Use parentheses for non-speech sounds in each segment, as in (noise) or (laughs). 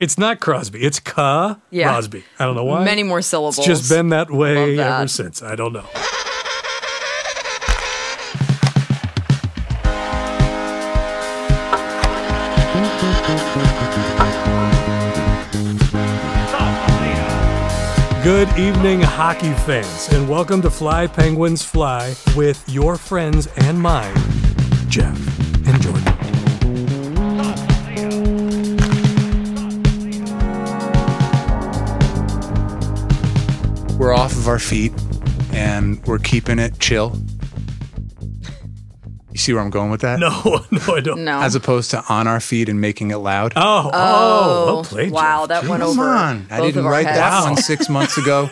It's not Crosby. It's Ka Yeah. Crosby. I don't know why. Many more syllables. It's just been that way Love that. ever since. I don't know. Good evening, hockey fans, and welcome to Fly Penguins Fly with your friends and mine, Jeff and Jordan. We're off of our feet and we're keeping it chill. You see where I'm going with that? No, (laughs) no, I don't. No. As opposed to on our feet and making it loud. Oh, oh, well played, wow, Jeff. that went Come over. on. I both didn't of our write heads. that one six months ago.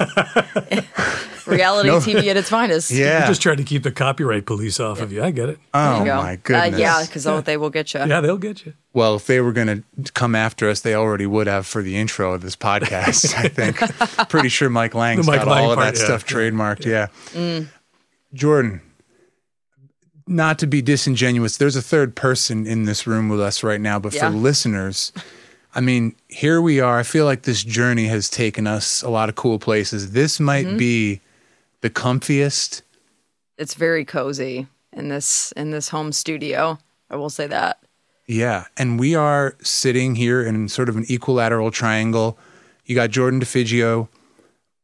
(laughs) Reality No. TV at its finest. yeah. I just tried to keep the copyright police off of you. I get it. There oh you go. my goodness. Uh, yeah, because they will get you. Yeah, they'll get you. Well, if they were going to come after us, they already would have for the intro of this podcast, (laughs) I think. Pretty sure Mike Lang's The Mike got Lang all of part, that yeah. stuff trademarked. Yeah. Jordan, not to be disingenuous, there's a third person in this room with us right now, but Yeah. for listeners, I mean, here we are. I feel like this journey has taken us a lot of cool places. This might be the comfiest. It's very cozy in this in this home studio. I will say that. Yeah. And we are sitting here in sort of an equilateral triangle. You got Jordan DeFigio.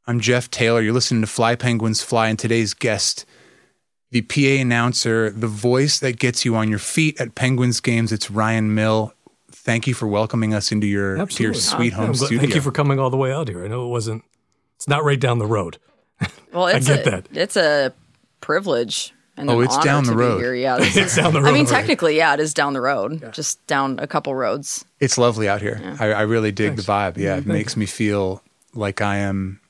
I'm Jeff Taylor. You're listening to Fly Penguins Fly. And today's guest, the PA announcer, the voice that gets you on your feet at Penguins games, it's Ryan Mill. Thank you for welcoming us into your, to your Absolutely. sweet Yeah, home I'm glad- studio. Thank you for coming all the way out here. I know it wasn't. It's not right down the road. (laughs) Well, it's get a, that. It's a privilege. And Oh, an it's honor down the to be road. Here. (laughs) Yeah, this is- It's down the road. I mean, already. technically, yeah, it is down the road, just down a couple roads. It's lovely out here. I, I really dig the vibe. Yeah, it makes me feel like I am.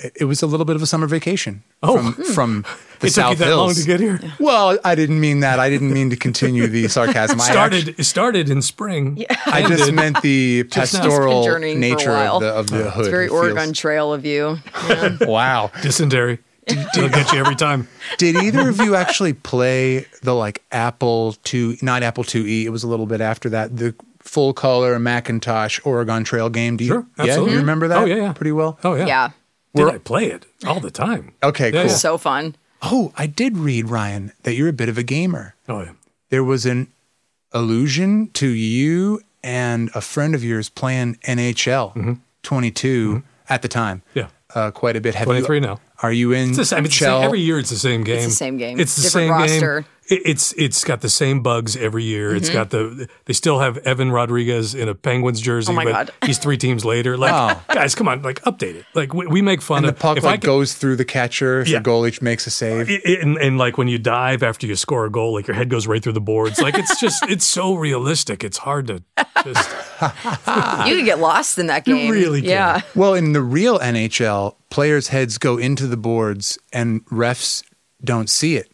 It, it was a little bit of a summer vacation Oh. from, (laughs) from the it South took you that Hills. long to get here. Well, I didn't mean that. I didn't mean to (laughs) continue the sarcasm. I Started. actu- It started in spring. I, just meant the now. It's been pastoral journeying for a nature while. of the, of the hood. It's very It feels- Oregon Trail of you. Yeah. (laughs) Wow. (laughs) (laughs) Dysentery. They'll get you every time. Did either of you actually play the like Apple II, not Apple IIe? It was a little bit after that. The full color Macintosh Oregon Trail game. Do you, Sure, absolutely. Yeah, you remember that? Oh, yeah, yeah. Pretty well. Oh yeah. yeah. Did I play it all the time? Okay, Yeah, cool. yeah. So fun. Oh, I did read, Ryan, that you're a bit of a gamer. Oh yeah. There was an allusion to you and a friend of yours playing NHL 22 at the time. Mm-hmm. Yeah. Uh, quite a bit. Have you- 23 now. Are you in It's the same. It's the Chell? same every year. It's the same game. same game. It's the Different same roster. Mm-hmm. game. It, it's it's got the same bugs every year. It's got the. They still have Evan Rodriguez in a Penguins jersey. Oh my but God. (laughs) He's three teams later. Like Wow. guys, come on. Like update it. Like we, we make fun And the of puck if I like could- goes through the catcher if Yeah. the goalie makes a save. i- i- and, and like when you dive after you score a goal, like your head goes right through the boards. Like it's (laughs) just it's so realistic. It's hard to just Ah. You could get lost in that game. really can. Yeah. (laughs) Well, in the real NHL, players' heads go into the boards and refs don't see it.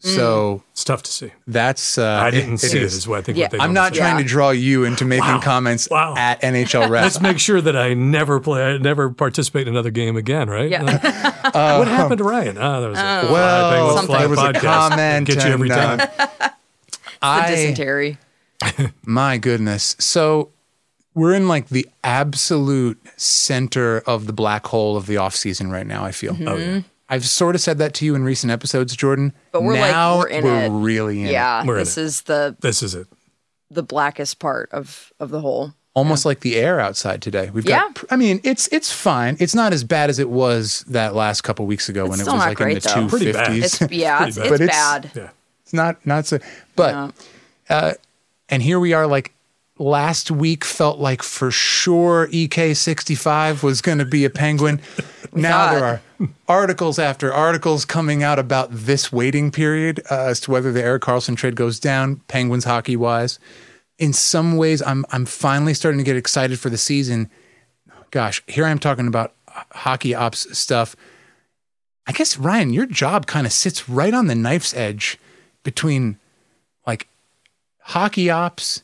So it's tough to see. that's uh, I didn't it- see it. it is. Is what I think. Yeah. what they I'm almost not did. trying to draw you into making Wow. comments Wow. at NHL refs. Let's make sure that I never play, I never participate in another game again, right? Yeah. Like, what happened to Ryan? Ah, there was a fly Well, Penguins something. Fly there was a podcast. comment Get you every and, time. uh, The I dysentery. My goodness. So we're in like the absolute center of the black hole of the off season right now, I feel. Mm-hmm. oh yeah, I've sort of said that to you in recent episodes, Jordan. But we're like, now we're in it. really in it. Yeah. We're in This it. is the this is it. the blackest part of of the whole. Almost like the air outside today. We've Yeah. got I mean, it's it's fine. It's not as bad as it was that last couple weeks ago when it was still not like in great, the though. Pretty bad. 250s. It's yeah, it's, bad. it's But it's- bad. Yeah, It's not not so but uh and here we are like last week felt like for sure EK65 was going to be a penguin. now thought. there are articles after articles coming out about this waiting period uh, as to whether the Eric Carlson trade goes down Penguins hockey wise. In some ways I'm I'm finally starting to get excited for the season. Gosh, here I am talking about uh, hockey ops stuff. I guess Ryan, your job kind of sits right on the knife's edge between like hockey ops,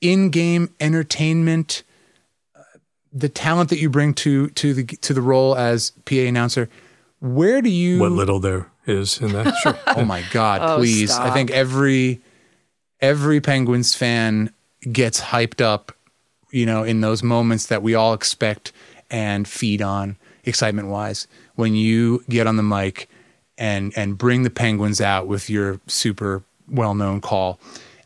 in-game entertainment, uh, the talent that you bring to to the to the role as PA announcer. Where do you? what little there is in that. Sure. oh my God! (laughs) Oh, please, I stop. think every every Penguins fan gets hyped up. you know, in those moments that we all expect and feed on excitement wise. When you get on the mic and and bring the Penguins out with your super well known call,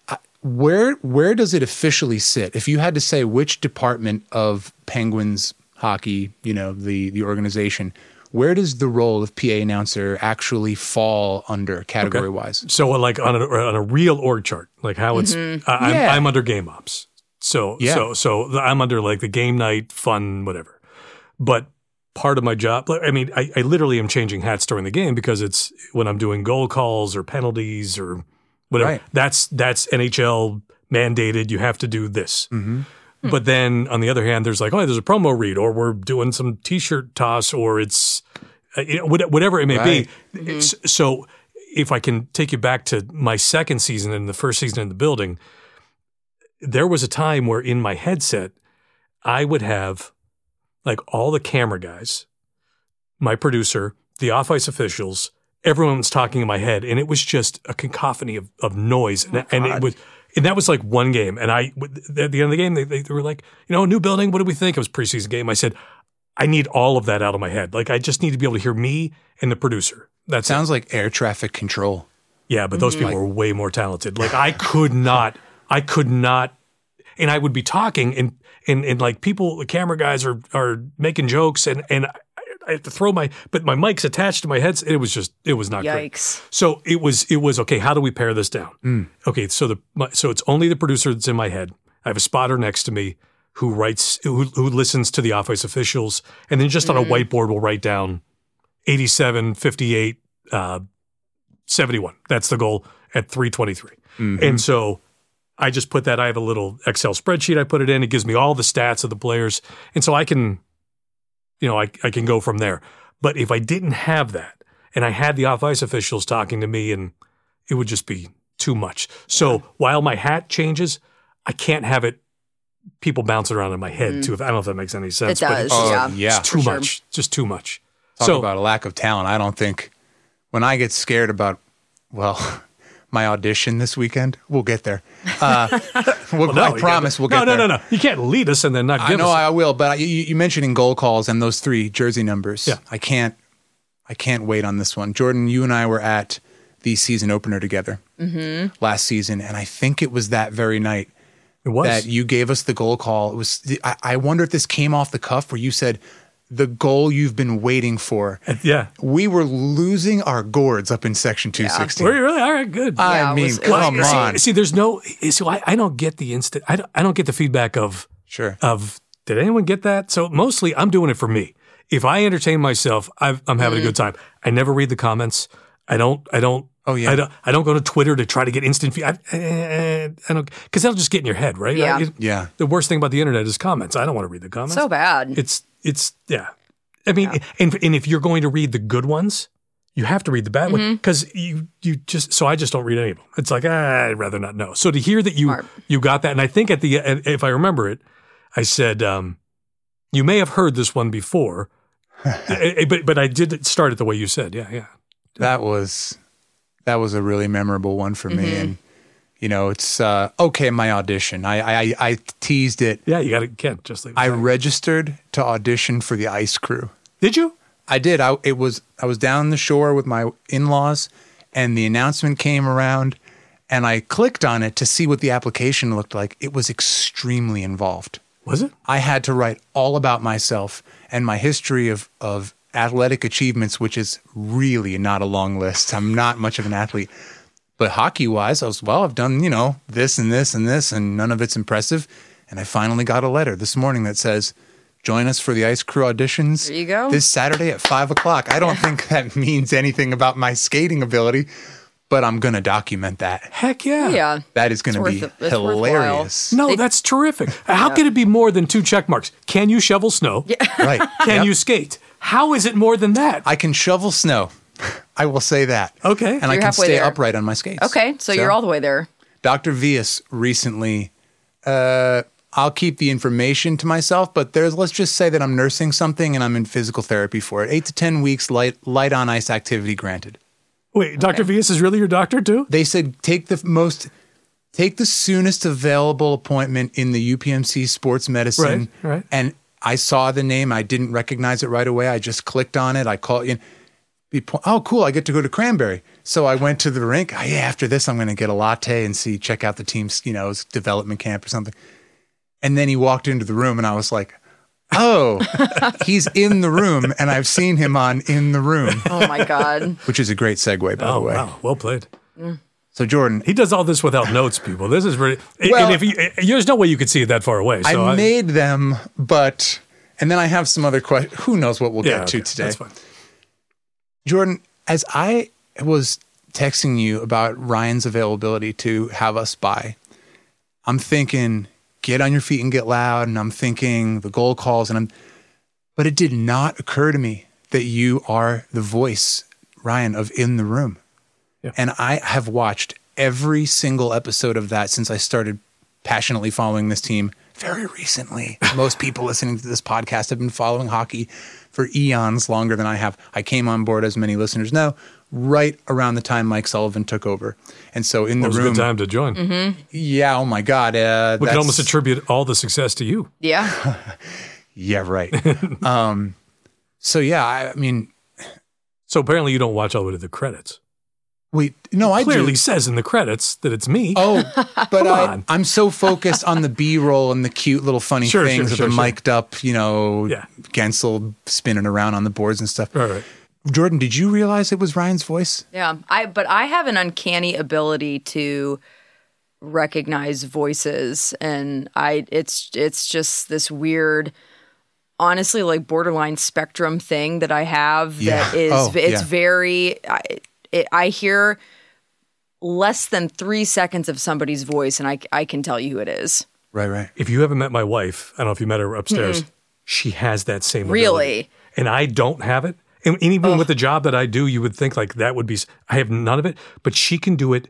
I- where where does it officially sit? If you had to say which department of Penguins hockey, you know, the the organization. Where does the role of PA announcer actually fall under category wise? So, uh, like on a, on a real org chart, like how it's, I, I'm, Yeah. I'm under game ops. So, Yeah. so, so the- I'm under like the game night, fun, whatever. But part of my job, like, I mean, I, I literally am changing hats during the game because it's when I'm doing goal calls or penalties or whatever. Right. That's, that's NHL mandated. You have to do this. But then on the other hand, there's like, oh, there's a promo read, or we're doing some T-shirt toss, or it's uh, you know, what- whatever it may Right. be. It's- So if I can take you back to my second season and the first season in the building, there was a time where in my headset I would have like all the camera guys, my producer, the off ice officials, everyone was talking in my head, and it was just a cacophony of, of noise, and, and it was. And that was like one game. And I, at the end of the game, they, they, they were like, you know, new building. What do we think? It was preseason game. I said, I need all of that out of my head. Like I just need to be able to hear me and the producer. That's it. Sounds like air traffic control. Yeah, but those people were way more talented. Like I could not, I could not, and I would be talking and and and like people, the camera guys are are making jokes and and I, I have to throw my, but my mic's attached to my head. It was just, it was not great. Yikes. So it was it was okay. How do we pare this down? Okay, so the my, so it's only the producer that's in my head. I have a spotter next to me who writes who who listens to the office officials, and then just on a whiteboard we'll write down 87, 58, uh, 71. That's the goal at 323. Mm-hmm. And so I just put that. I have a little Excel spreadsheet. I put it in. It gives me all the stats of the players, and so I can you know, I, I can go from there. But if I didn't have that and I had the off ice officials talking to me and it would just be too much. So while my hat changes, I can't have it people bouncing around in my head too. If, I don't know if that makes any sense. It but it's does, just- yeah. Mm-hmm. Oh, yeah. It's too for sure. much. Just too much. Talk so about a lack of talent. I don't think when I get scared about, well, (laughs) my audition this weekend, we'll get there. (laughs) Uh, we'll, no, you I can't- promise we'll get no, there. No, no, no. You can't lead us and then not I give know us. I will, but I, you, you mentioned in goal calls and those three jersey numbers. Yeah. I can't, I can't wait on this one. Jordan, you and I were at the season opener together Mm-hmm. last season, and I think it was that very night it was. that you gave us the goal call. It was. I, I wonder if this came off the cuff where you said, "The goal you've been waiting for." yeah. We were losing our gourds up in section two sixteen. Were you really? All right, good. I Yeah, it mean, was- it was come great. on. See, see, there's no. So I, I don't get the instant. I don't, I don't get the feedback of Sure. of did anyone get that? So mostly I'm doing it for me. If I entertain myself, I've, I'm having a good time. I never read the comments. I don't. I don't. Mm-hmm. Oh, yeah. I don't. I don't go to Twitter to try to get instant feedback. I, eh, I don't because that'll just get in your head, right? Yeah. It- Yeah. The worst thing about the internet is comments. I don't want to read the comments. So bad. It's it's yeah. I mean, and and if you're going to read the good ones, you have to read the bad one because you you just so I just don't read any of them. It's like ah, I'd rather not know. So to hear that you Smart. you got that, and I think at the and if I remember it, I said um, you may have heard this one (laughs) before, Eh, eh, but but I did start it the way you said. Yeah, yeah. that was that was a really memorable one for me and you know it's uh, okay my audition I, I i teased it Yeah, you got to can't just leave. it. i registered to audition for the ice crew did you? i did i it was i was down the shore with my in-laws and the announcement came around and i clicked on it to see what the application looked like it was extremely involved Was it? I had to write all about myself and my history of, of athletic achievements, which is really not a long list. I'm not much of an athlete. But hockey wise, I was, well, I've done, you know, this and this and this, and none of it's impressive. And I finally got a letter this morning that says, Join us for the Ice Crew auditions. There you go. This Saturday at five o'clock. I don't think that means anything about my skating ability, but I'm going to document that. Heck yeah. yeah. That is going to It's be worth- it's worthwhile. hilarious. No, that's terrific. (laughs) How could it be more than two check marks? Can you shovel snow? Right. (laughs) Can Yep. you skate? How is it more than that? I can shovel snow. I will say that. Okay. And I You're can halfway stay there. upright on my skates. Okay. So, you're all the way there. Dr. Vias recently, uh, I'll keep the information to myself, but there's, let's just say that I'm nursing something and I'm in physical therapy for it. Eight to 10 weeks light, light on ice activity granted. Wait, Dr. Vias is really your doctor too? They said take the most take the soonest available appointment in the UPMC sports medicine. Right, right. And I saw the name. I didn't recognize it right away. I just clicked on it. I called you. Be po- oh, cool. I get to go to Cranberry. So I went to the rink. Oh, yeah, after this, I'm going to get a latte and see, check out the team's, you know, his development camp or something. And then he walked into the room and I was like, (laughs) oh, he's in the room. And I've seen him on In the Room, Oh (laughs) my God. which is a great segue, by Oh the way. wow, well played. So, Jordan, He does all this without notes, people. This is really. Well- and if you, there's no way you could see it that far away. So I made them, but, and then I have some other questions. Who knows what we'll yeah, get to okay, today. That's fine. Jordan, as I was texting you about Ryan's availability to have us by, I'm thinking get on your feet and get loud, and I'm thinking the goal calls, and I'm. But it did not occur to me that you are the voice, Ryan, of In the Room, Yeah. and I have watched every single episode of that since I started passionately following this team (laughs) very recently. Most people listening to this podcast have been following hockey for eons longer than I have. I came on board, as many listeners know, right around the time Mike Sullivan took over. And so in It the was a good room, time to join. yeah, oh my God. Uh, We that's- can almost attribute all the success to you. Yeah. Yeah, right. um, (laughs) so yeah, I, I mean, So apparently, you don't watch all the way to the credits. wait, no, I Clearly do. says in the credits that it's me. (laughs) Oh, but I, on. I'm so focused on the B-roll and the cute little funny Sure, things sure, of the sure, sure. mic'd up, you know, Yeah. Gensel spinning around on the boards and stuff. All right. Jordan, did you realize it was Ryan's voice? Yeah. I, but I have an uncanny ability to recognize voices and I, it's, it's just this weird, honestly, like borderline spectrum thing that I have that Yeah. is, Oh, it's yeah. very, I, it, I hear less than three seconds of somebody's voice and I, I can tell you who it is. Right, right. If you haven't met my wife, I don't know if you met her upstairs. She has that same ability. Really? and I don't have it. And and even with the job that I do, you would think like that would be. s- I have none of it, but she can do it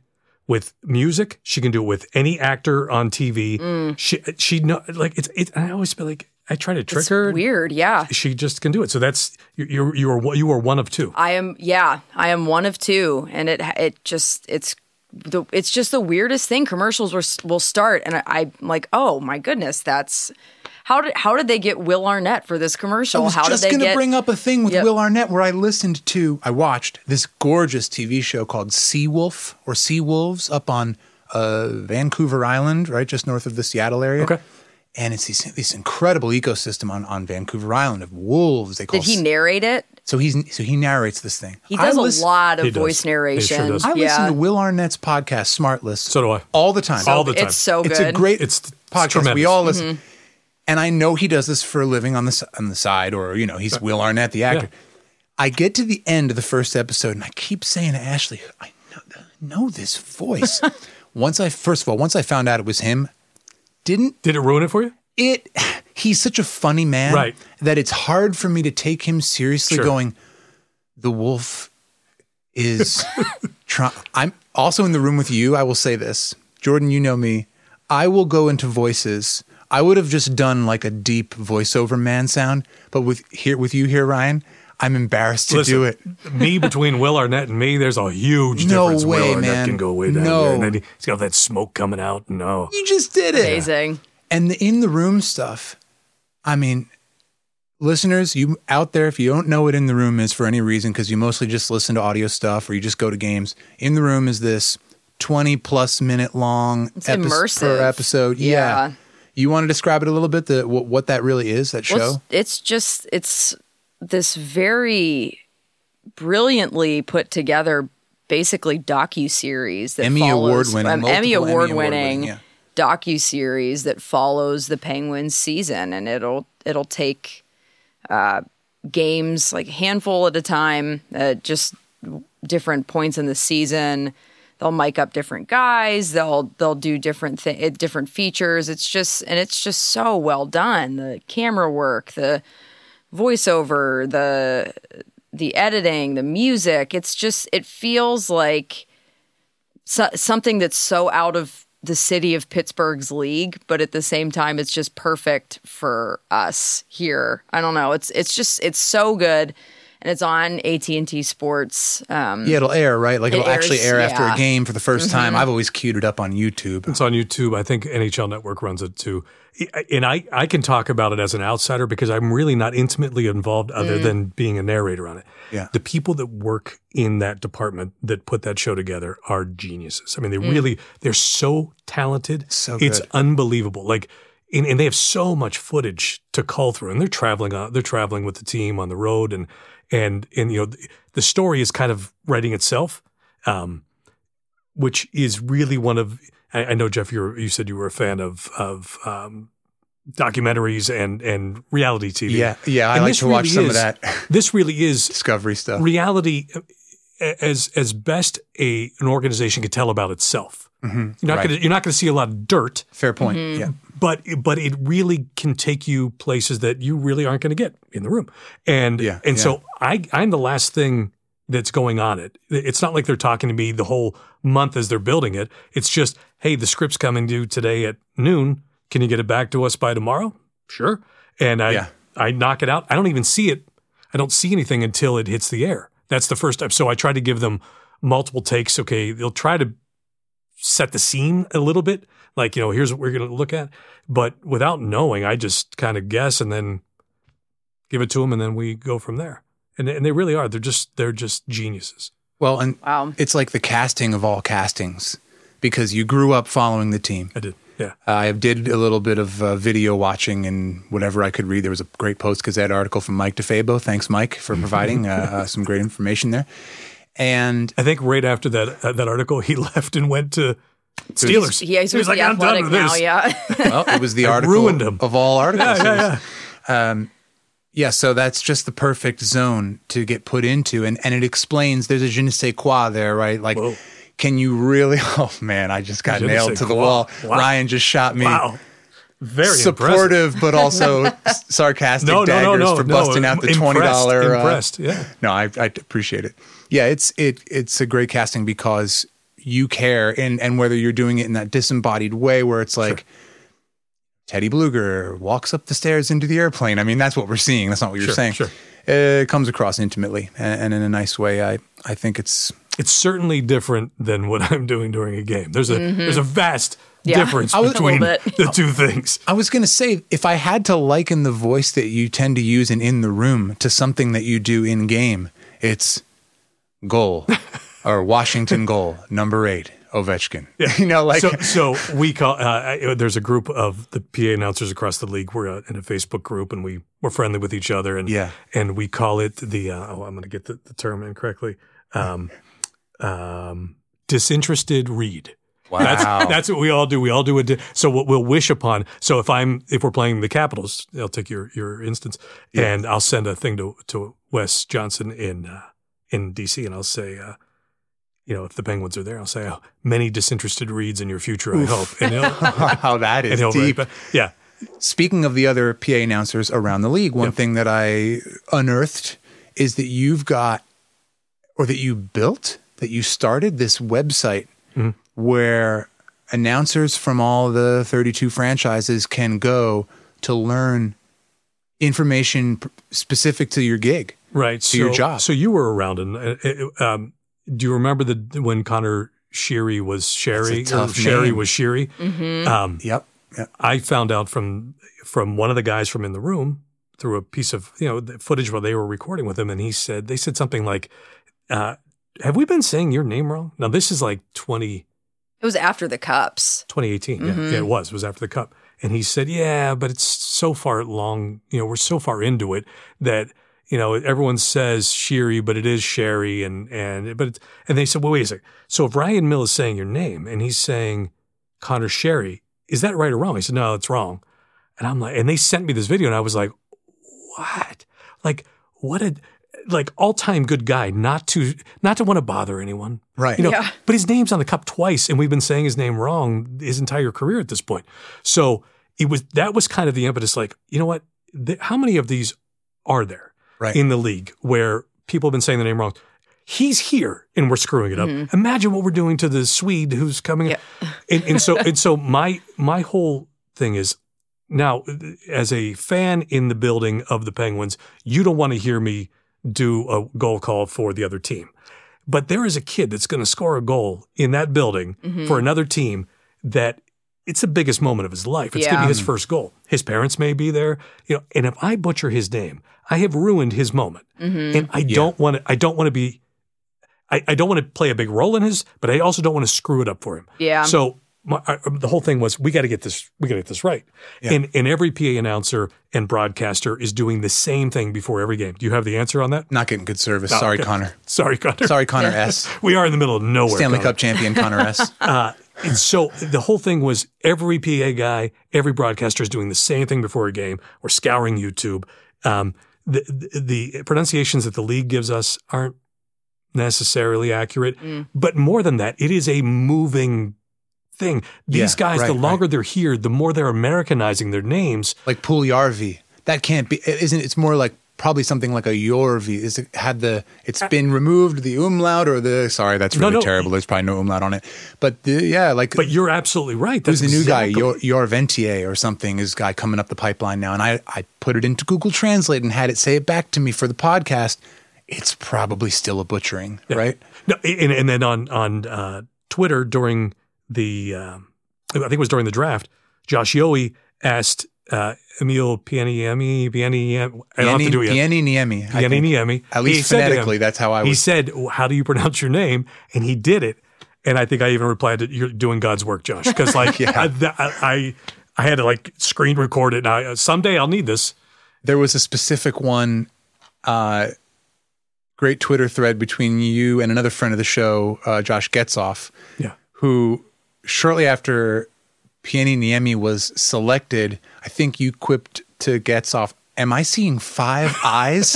with music. She can do it with any actor on TV. She she know like it's it. I always feel like I try to trick Mm. It's her. weird. Yeah. She just can do it. So that's you- you're you are one- you are one of two. I am yeah, I am one of two and it it just it's the it's just the weirdest thing commercials were, will start and I, I'm like, "Oh my goodness, that's how did how did they get Will Arnett for this commercial? I was how just did they gonna get bring up a thing with Yep. Will Arnett where I listened to, I watched this gorgeous TV show called Sea Wolf or Sea Wolves up on uh, Vancouver Island, right, just north of the Seattle area. Okay. And it's these, this incredible ecosystem on, on Vancouver Island of wolves. They call Did he s- narrate it? so he's so he narrates this thing. He does a a lot He does. of He voice sure narration. does. I yeah. listen to Will Arnett's podcast, Smart List. So do I. all the time. All the time. It's so good. Mm-hmm. it's a great It's- it's podcast. we tremendous. all listen. And I know he does this for a living on the s- on the side, or you know, he's Will Arnett, the actor. Yeah. I get to the end of the first episode, and I keep saying to Ashley, "I know, I know (laughs) this voice." once I first of all, once I found out it was him, didn't Did it ruin it for you? it? (sighs) He's such a funny man Right. that it's hard for me to take him seriously. Sure. Going, the wolf (laughs) is trying. I'm also in the room with you. I will say this, Jordan. You know me. I will go into voices. I would have just done like a deep voiceover man sound, but with here with you here, Ryan, I'm embarrassed to Listen, do it. (laughs) me between Will Arnett and me, there's a huge No difference. way, Will Arnett man. can go way down No. there, and then he- he's got that smoke coming out. No, You just did it. Amazing. And the in the room stuff, I mean, listeners, you out there, if you don't know what in the room is for any reason, because you mostly just listen to audio stuff or you just go to games, in the room is this 20 plus minute long It's epi- per immersive. episode. Yeah. Yeah. You want to describe it a little bit, the, what, what that really is, that show? Well, it's- it's just it's this very brilliantly put together, basically docu series that Emmy follows, award-winning, um, multiple Emmy Emmy award winning award-winning, yeah. docu series that follows the Penguins season, and it'll it'll take uh, games like a handful at a time, uh, just different points in the season. They'll mic up different guys. They'll they'll do different th- different features. It's just and it's just so well done. The camera work, the voiceover, the the editing, the music. It's just it feels like so, something that's so out of the city of Pittsburgh's league, but at the same time, it's just perfect for us here. I don't know. It's it's just it's so good, and it's on AT&T Sports. Um, Yeah, it'll air, right? Like It it'll actually airs, air after a yeah. Mm-hmm. game for the 1st time. I've always queued it up (laughs) on YouTube. It's on YouTube. I think NHL Network runs it too. I- And I, I can talk about it as an outsider because I'm really not intimately involved other than being a narrator on it. Mm. Yeah. The people that work in that department that put that show together are geniuses. I mean, they really, they're so talented. Mm. So It's good. unbelievable. Like, and, and they have so much footage to cull through and they're traveling on, they're traveling with the team on the road and, and, and, you know, th- the story is kind of writing itself. Um, which is really one of I, I know Jeff, you you said you were a fan of of um, documentaries and and reality TV. Yeah, yeah. I And like this to watch really some of is- that (laughs) this really is discovery stuff. reality a- as as best a an organization can tell about itself. Mhm. You're not Right. gonna you're not gonna see a lot of dirt, Fair point. Mm-hmm. Yeah. but but it really can take you places that you really aren't gonna get in the room. And Yeah, and yeah. so I I'm the last thing that's going on it. It's not like they're talking to me the whole month as they're building it. It's just, hey, the script's coming due today at noon. Can you get it back to us by tomorrow? Sure. And I Yeah. I knock it out. I don't even see it. I don't see anything until it hits the air. That's the first step. So I try to give them multiple takes. Okay, they'll try to set the scene a little bit, like you know, here's what we're going to look at. But without knowing, I just kind of guess and then give it to them, and then we go from there. And, and they really are. They're just they're just geniuses. Well, and wow. it's like the casting of all castings because you grew up following the team. I did. Yeah. I did a little bit of uh, video watching and whatever I could read. There was a great Post Gazette article from Mike DeFabo. Thanks, Mike, (laughs) for providing uh, uh, some great information there. And I think right after that uh, that article, he (laughs) left and went to Steelers. Yeah, he's He was with like, the I'm done athletic with now. this. (laughs) Yeah, well, it was the I article ruined 'em. of all articles. Yeah, It was- yeah, Yeah, so that's just the perfect zone to get put into, and and it explains. There's a je ne sais quoi there, right? Like, Whoa. can you really? (laughs) Oh man, I just got Je ne nailed sais to the quoi. wall. Wow. Ryan just shot me. yeah. Wow. Very impressive. Supportive, but also s- sarcastic No, no, daggers no, no, for no. busting out the Impressed, twenty dollar. uh, Impressed. Yeah. no, I, I appreciate it. Yeah, it's it it's a great casting because you care, and and whether you're doing it in that disembodied way where it's like. Teddy Bluger walks up the stairs into the airplane. I mean, that's what we're seeing. That's not what you're Sure, saying. sure. It comes across intimately and, and in a nice way. I, I think it's it's certainly different than what (laughs) I'm doing during a game. There's a there's a vast Mm-hmm. Yeah. difference was- between A little bit. the two things. I was going to say, if I had to liken the voice that you tend to use in in the room to something that you do in game, it's (laughs) goal or Washington goal number eight Ovechkin. (laughs) you know, like so, so we call. Uh, I- there's a group of the PA announcers across the league. We're uh, in a Facebook group, and we we're friendly with each other, and Yeah. and we call it the. Uh, oh, I'm going to get the, the term incorrectly. Um, um, disinterested read. Wow. Oh. That's, that's what we all do. We all do it. di- So what we'll wish upon. So if I'm if we're playing the Capitals, I'll take your your instance, and I'll send a thing to to Wes Johnson in uh, in DC, and I'll say. Uh, you know, if the Penguins are there, I'll say, oh, many disinterested reads in your future, I hope. (laughs) And he'll, how that and is he'll deep. write back. Yeah. Speaking of the other PA announcers around the league, one thing that I unearthed is that you've got, or that you built, that you started this website Mm-hmm. where announcers from all the 32 franchises can go to learn information p- specific to your gig. Right. to your job. So you were around. And uh, uh, um, do you remember the when Connor Sherry was Sherry? tough Sherry name. was Sherry. Mm-hmm. Um, Yep. yep. I found out from from one of the guys from in the room through a piece of you know the footage while they were recording with him, and he said they said something like, uh, "Have we been saying your name wrong?" Now this is like 20, it was after the cups. 2018. Yeah, yeah, it was. It was after the cup, and he said, "Yeah, but it's so far long. You know, we're so far into it that." You know, everyone says Sherry, but it is Sherry, and and but it's, and they said, well, wait a second. So if Ryan Mill is saying your name and he's saying Connor Sherry, is that right or wrong? He said, no, it's wrong. And I'm like, and they sent me this video, and I was like, what? Like, what a like all time good guy, not to not to want to bother anyone, Right. You know, Yeah. but his name's on the cup twice, and we've been saying his name wrong his entire career at this point. So it was that was kind of the impetus. Like, you know what? Th- how many of these are there Right. in the league where people have been saying the name wrong? He's here, and we're screwing it up. Imagine what we're doing to the Swede who's coming. And, and so and so my my whole thing is now as a fan in the building of the Penguins, you don't want to hear me do a goal call for the other team. But there is a kid that's going to score a goal in that building Mm-hmm. for another team that it's the biggest moment of his life. It's going to Yeah. be his first goal. His parents may be there, you know. And if I butcher his name, I have ruined his moment. And I don't want to. I don't want to be. I, I don't want to play a big role in his, but I also don't want to screw it up for him. Yeah. So my, I, uh, the whole thing was we got to get this. We got to get this right. And and every PA announcer and broadcaster is doing the same thing before every game. Do you have the answer on that? Not getting good (laughs) service. Sorry, okay. Connor. Sorry, Connor. (laughs) Sorry, Connor S. We are in the middle of nowhere. Stanley Connor. Cup champion Connor S. Uh, And so the whole thing was every PA guy, every broadcaster is doing the same thing before a game or scouring YouTube. Um, the, the the pronunciations that the league gives us aren't necessarily accurate, but more than that, it is a moving thing. These Yeah, guys, the right, longer they're here, the more they're Americanizing their names. like Pugliarvi. That can't be. it Isn't it's more like probably something like a Yorvi? Is it had the? It's been removed the umlaut or the. Sorry, that's Uh, No, really no. terrible. There's probably no umlaut on it. But the, yeah, like But you're absolutely right. who's That's the new exactly- guy? Yor, Yorventier or something is guy coming up the pipeline now, and I I put it into Google Translate and had it say it back to me for the podcast. It's probably still a butchering, right? No, and, and then on on uh, Twitter during the um I think it was during the draft, Josh Yowie asked uh, Emil Pianiemi Pianiemi I don't have to do it yet. Pieni Niemi. I think. Pianiemi. At least phonetically, that's how I He was- said, "How do you pronounce your name?" And he did it. And I think I even replied, that "You're doing God's work, Josh," because like (laughs) I, that- I I had to like screen record it. And I, someday I'll need this. there was a specific one uh great twitter thread between you and another friend of the show uh, josh getzoff Yeah. who shortly after Pieni Niemi was selected i think you quipped to getzoff am i seeing five (laughs) eyes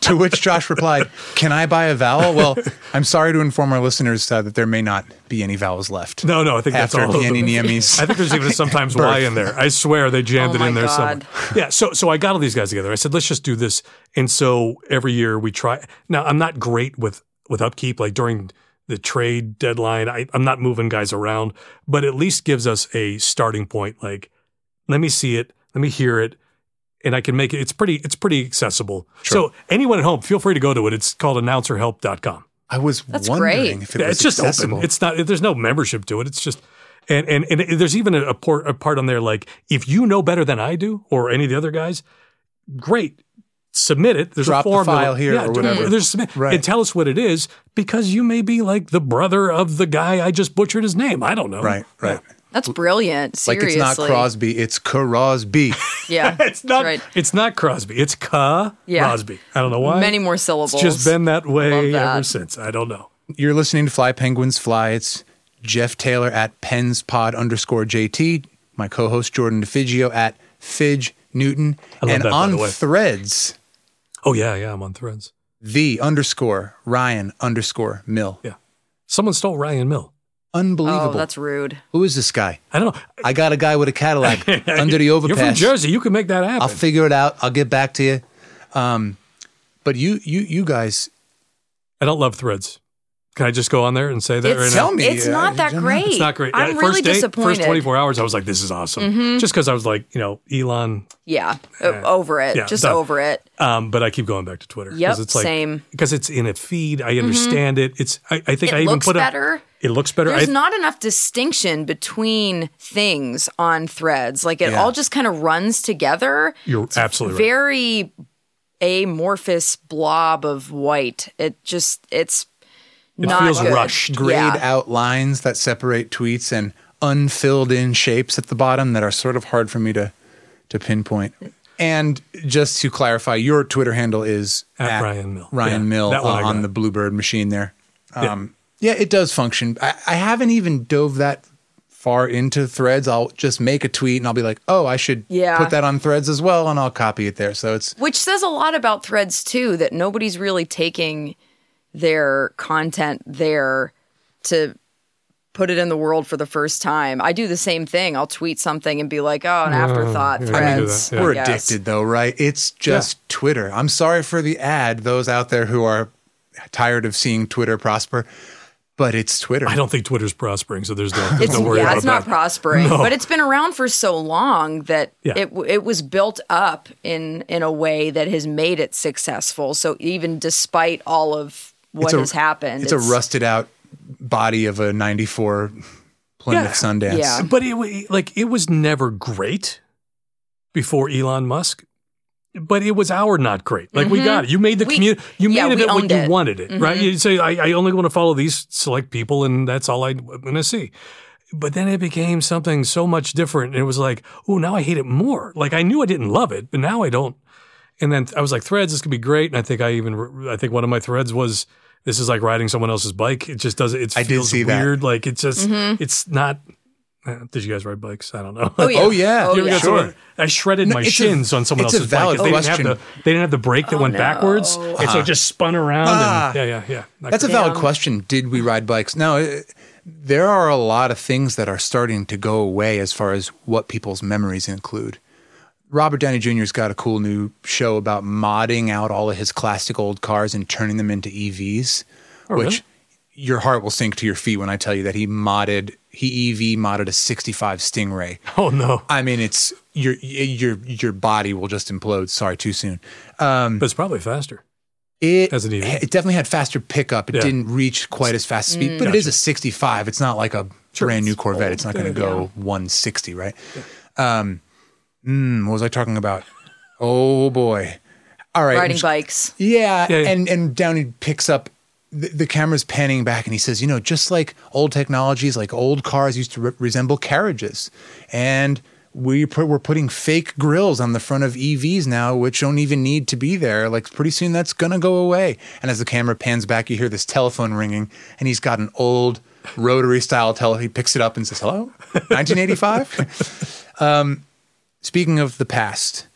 to which josh replied can i buy a vowel well i'm sorry to inform our listeners uh, that there may not be any vowels left No, no, I think after that's all. of Pieni them. Niemi's (laughs) I think there's even a (laughs) sometimes Y in there. I swear they jammed Oh it in my there somewhere. God. (laughs) Yeah. So so I got all these guys together. I said, let's just do this. And so every year we try. Now I'm not great with with upkeep. Like during the trade deadline, I, I'm not moving guys around, but at least gives us a starting point. Like, let me see it. Let me hear it. And I can make it. It's pretty. It's pretty accessible. So anyone at home, feel free to go to it. It's called announcerhelp.com. i was That's wondering great. if it Yeah, was it's just accessible open. It's not. There's no membership to it. It's just. And and, and there's even a, a, part, a part on there like if you know better than I do or any of the other guys, great, submit it. There's Drop a the form file here yeah, or whatever. There's submit Right. and tell us what it is because you may be like the brother of the guy I just butchered his name. I don't know. right right That's brilliant. Like Seriously. it's not Crosby, it's Crosby. Yeah. (laughs) (laughs) It's not. That's right. It's not Crosby. It's Ka Yeah. Crosby. I don't know why. Many more syllables. It's just been that way Love that. ever since. I don't know. (laughs) You're listening to Fly Penguins Fly. It's Jeff Taylor at PensPod underscore JT. My co-host Jordan DeFigio at Fidge Newton. love And that, by on the way. threads, Oh yeah, yeah. I'm on Threads. the underscore Ryan underscore Mill. Yeah. Someone stole Ryan Mill. oh, Unbelievable. that's rude. Who is this guy? I don't know. I got a guy with (laughs) a Cadillac under the overpass. You're from Jersey. You can make that happen. I'll figure it out. I'll get back to you. Um, but you you you guys I don't love threads. Can I just go on there and say that It's- right tell now? me. It's uh, not that Jenna. great. It's not great. I'm Yeah, really first day, disappointed. Mm-hmm. First 24 hours, I was like, this is awesome. Just because I was like, you know, Elon. yeah. o- over it. Yeah, just done. over it. Um, but I keep going back to Twitter. 'cause Yep, It's like, same. Mm-hmm. Because it's in a feed. I understand it. It's. I, I think It I even looks put better. Up, it looks better. I, There's not enough distinction between things on threads. Like it Yeah. all just kind of runs together. you're absolutely right. Very amorphous blob of white. It just it's It not feels good. rushed. grayed Yeah. out lines that separate tweets and unfilled in shapes at the bottom that are sort of hard for me to to pinpoint. And just to clarify, your Twitter handle is At Ryan Mill. Ryan Yeah, Mill that one uh, I got. on the Bluebird machine there. Um, yeah. it does function. I, I haven't even dove that far into threads. I'll just make a tweet and I'll be like, oh, I should Yeah. put that on threads as well, and I'll copy it there. So it's Which says a lot about threads too, that nobody's really taking their content there to put it in the world for the first time. I do the same thing. I'll tweet something and be like, oh, an afterthought, yeah, I can do threads. that, yeah. I We're guess. addicted though, right? It's just Twitter. I'm sorry for the ad, those out there who are tired of seeing Twitter prosper. but it's Twitter. I don't think Twitter's prospering, so there's no, there's It's no worry yeah, about it's not that. prospering, No. but it's been around for so long that Yeah. it w- it was built up in in a way that has made it successful. So even despite all of what It's a- has happened, It's, a rusted out body of a 94 Plymouth Yeah. Sundance. Yeah. but it wa- like it was never great before Elon Musk. But it was our not great. Like we got it. You made the Mm-hmm. We- community. You yeah, made of we it what owned you it. Mm-hmm. wanted it, right? You say I, I only want to follow these select people, and that's all I'm going to see. But then it became something so much different, and it was like, oh, now I hate it more. Like I knew I didn't love it, but now I don't. And then I was like, threads, this could be great. And I think I even, I think one of my threads was, this is like riding someone else's bike. It just doesn't. It's I did feels see that. weird. Like it's just, Mm-hmm. it's not. Uh, did you guys ride bikes? I don't know. Oh (laughs) yeah, Oh, yeah. oh, Here we yeah. That's what I- Sure. I shredded my it's a- shins on someone it's a else's bike. 'cause valid They didn't have the question. they didn't have the brake Oh, that went backwards, and so it just spun around. Ah. and, yeah, yeah, yeah. Not That's a great. valid question. Did we ride bikes? Now, it- there are a lot of things that are starting to go away as far as what people's memories include. Robert Downey Jr.'s got a cool new show about modding out all of his classic old cars and turning them into EVs, which really? your heart will sink to your feet when I tell you that he modded, he EV modded a 65 Stingray. (laughs) Oh no, I mean, it's your your your body will just implode. Sorry, too soon. Um, but it's probably faster. it As an EV. it definitely had faster pickup. It Yeah. didn't reach quite as fast speed, but it is a 65. It's not like a brand new Corvette. It's not going to go 160, right? Um, mm, what was I talking about? Oh boy! All right, riding bikes. yeah, yeah. and and Downey picks up. The, the camera's panning back, and he says, "You know, just like old technologies, like old cars used to re- resemble carriages, and we put, we're putting fake grills on the front of EVs now, which don't even need to be there. Like pretty soon, that's gonna go away." And as the camera pans back, you hear this telephone ringing, and he's got an old rotary style telephone. He picks it up and says, "Hello, 1985." um, speaking of the past,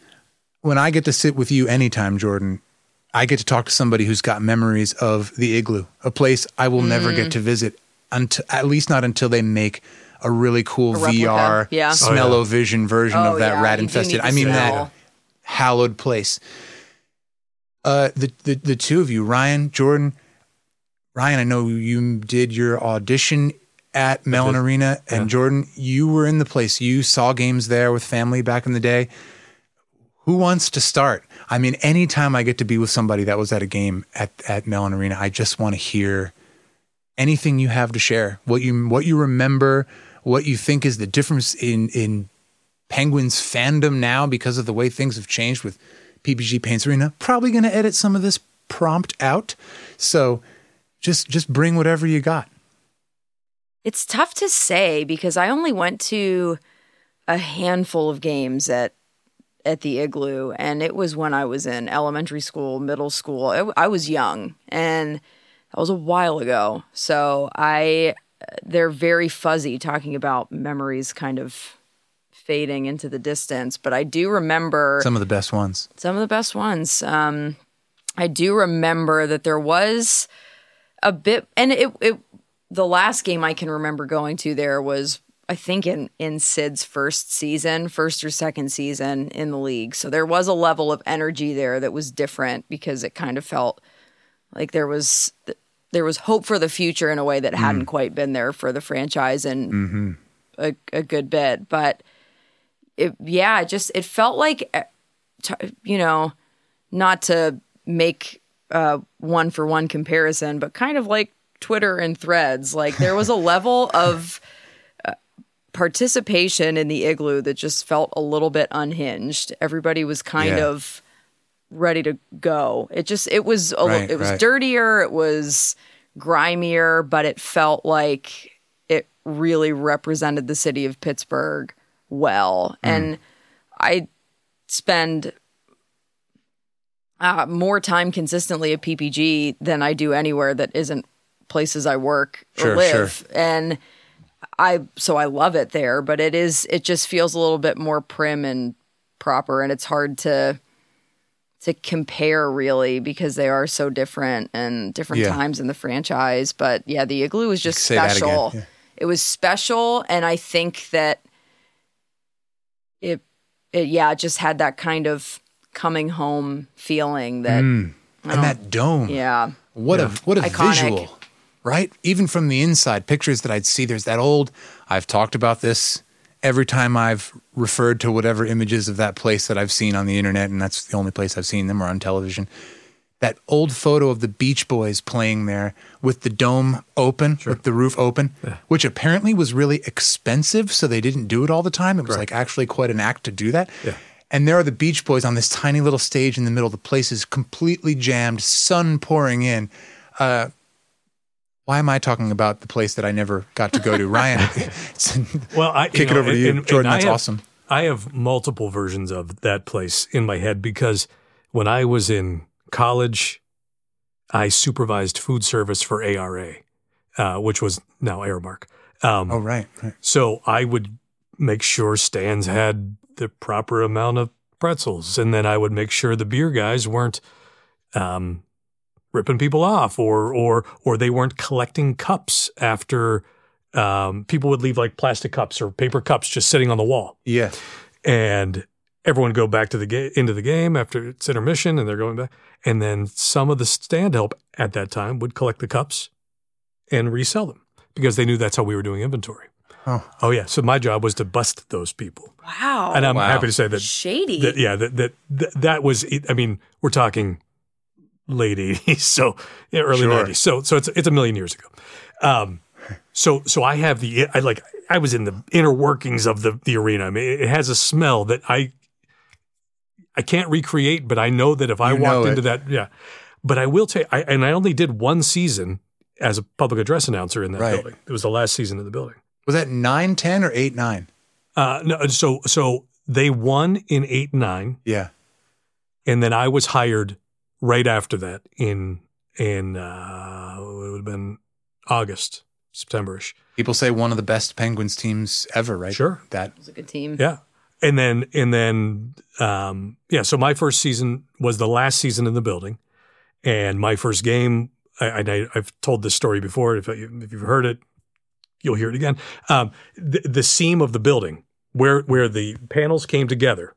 when I get to sit with you anytime, Jordan, I get to talk to somebody who's got memories of the igloo, a place I will never Mm. get to visit, until, at least not until they make a really cool replica, VR yeah. Oh, yeah. smell vision version Oh, of that yeah, you do rat infested. need to I mean see that it all. hallowed place. Uh, the, the the two of you, Ryan, Jordan, Ryan, I know you did your audition at Mellon Arena, and Jordan, you were in the place. You saw games there with family back in the day. Who wants to start? I mean, anytime I get to be with somebody that was at a game at at Mellon Arena, I just want to hear anything you have to share. What you what you remember, what you think is the difference in in Penguins fandom now because of the way things have changed with PPG Paints Arena. Probably going to edit some of this prompt out. So just just bring whatever you got. It's tough to say because I only went to a handful of games at at the igloo, and it was when I was in elementary school, middle school. I, I was young, and that was a while ago. So I, they're very fuzzy talking about memories, kind of fading into the distance. But I do remember Some of the best ones. some of the best ones. Um, I do remember that there was a bit, and it, it the last game I can remember going to there was I think in in Sid's first season, first or second season in the league. So there was a level of energy there that was different because it kind of felt like there was there was hope for the future in a way that hadn't quite been there for the franchise and a, a good bit. But it, yeah, it just it felt like, eh, t- you know, not to make uh, one for one comparison, but kind of like Twitter and Threads. Like there was a level of uh, participation in the igloo that just felt a little bit unhinged. Everybody was kind Yeah. of ready to go. It just it was a Right, li- it was right. dirtier, it was grimier, but it felt like it really represented the city of Pittsburgh well. Hmm. And I spend uh, more time consistently at PPG than I do anywhere that isn't places I work or Sure, live. And I so I love it there, but it is it just feels a little bit more prim and proper and it's hard to to compare really because they are so different and different Yeah. times in the franchise. But yeah, the igloo was just Say that again, special. yeah. It was special and I think that it it yeah, it just had that kind of coming home feeling that Mm. And that dome. yeah. What a what a Iconic. visual. right? Even from the inside, pictures that I'd see, there's that old, I've talked about this every time I've referred to whatever images of that place that I've seen on the internet, and that's the only place I've seen them or on television. That old photo of the Beach Boys playing there with the dome open, with the roof open, which apparently was really expensive, so they didn't do it all the time. It was like actually quite an act to do that. Yeah. And there are the Beach Boys on this tiny little stage in the middle. The place is completely jammed, sun pouring in why am I talking about the place that I never got to go (laughs) to? Ryan, (laughs) it's- Well, I, Kick it over to you, Jordan, I that's have- awesome. I have multiple versions of that place in my head because when I was in college, I supervised food service for ARA, uh, which was now Airmark. Um, oh, right. right. So I would make sure stands had the proper amount of pretzels, and then I would make sure the beer guys weren't um, ripping people off, or or or they weren't collecting cups after um, people would leave like plastic cups or paper cups just sitting on the wall Yeah. and everyone go back to the ga- end of the game after it's intermission and they're going back and then some of the stand help at that time would collect the cups and resell them because they knew that's how we were doing inventory Oh. yeah so my job was to bust those people Wow. and i'm wow. happy to say that, Shady. that yeah that, that that that was it. i mean we're talking late 80s (laughs) so yeah, early Sure. 90s so so it's it's a million years ago um so so I have the I like I was in the inner workings of the the arena. I mean, it has a smell that I I can't recreate, but I know that if I You know walked it. into that, yeah. But I will tell you, I, and I only did one season as a public address announcer in that Right. building. It was the last season of the building. Was that 9 10 or 8 9? Uh, no, so so they won in eight nine, Yeah. and then I was hired right after that in in uh, it would have been August September ish. People say one of the best Penguins teams ever, right? Sure. That was a good team. Yeah. And then and then um yeah, so my first season was the last season in the building. And my first game, I, and I I've told this story before. If, you- if you've heard it, you'll hear it again. Um, the, the seam of the building where where the panels came together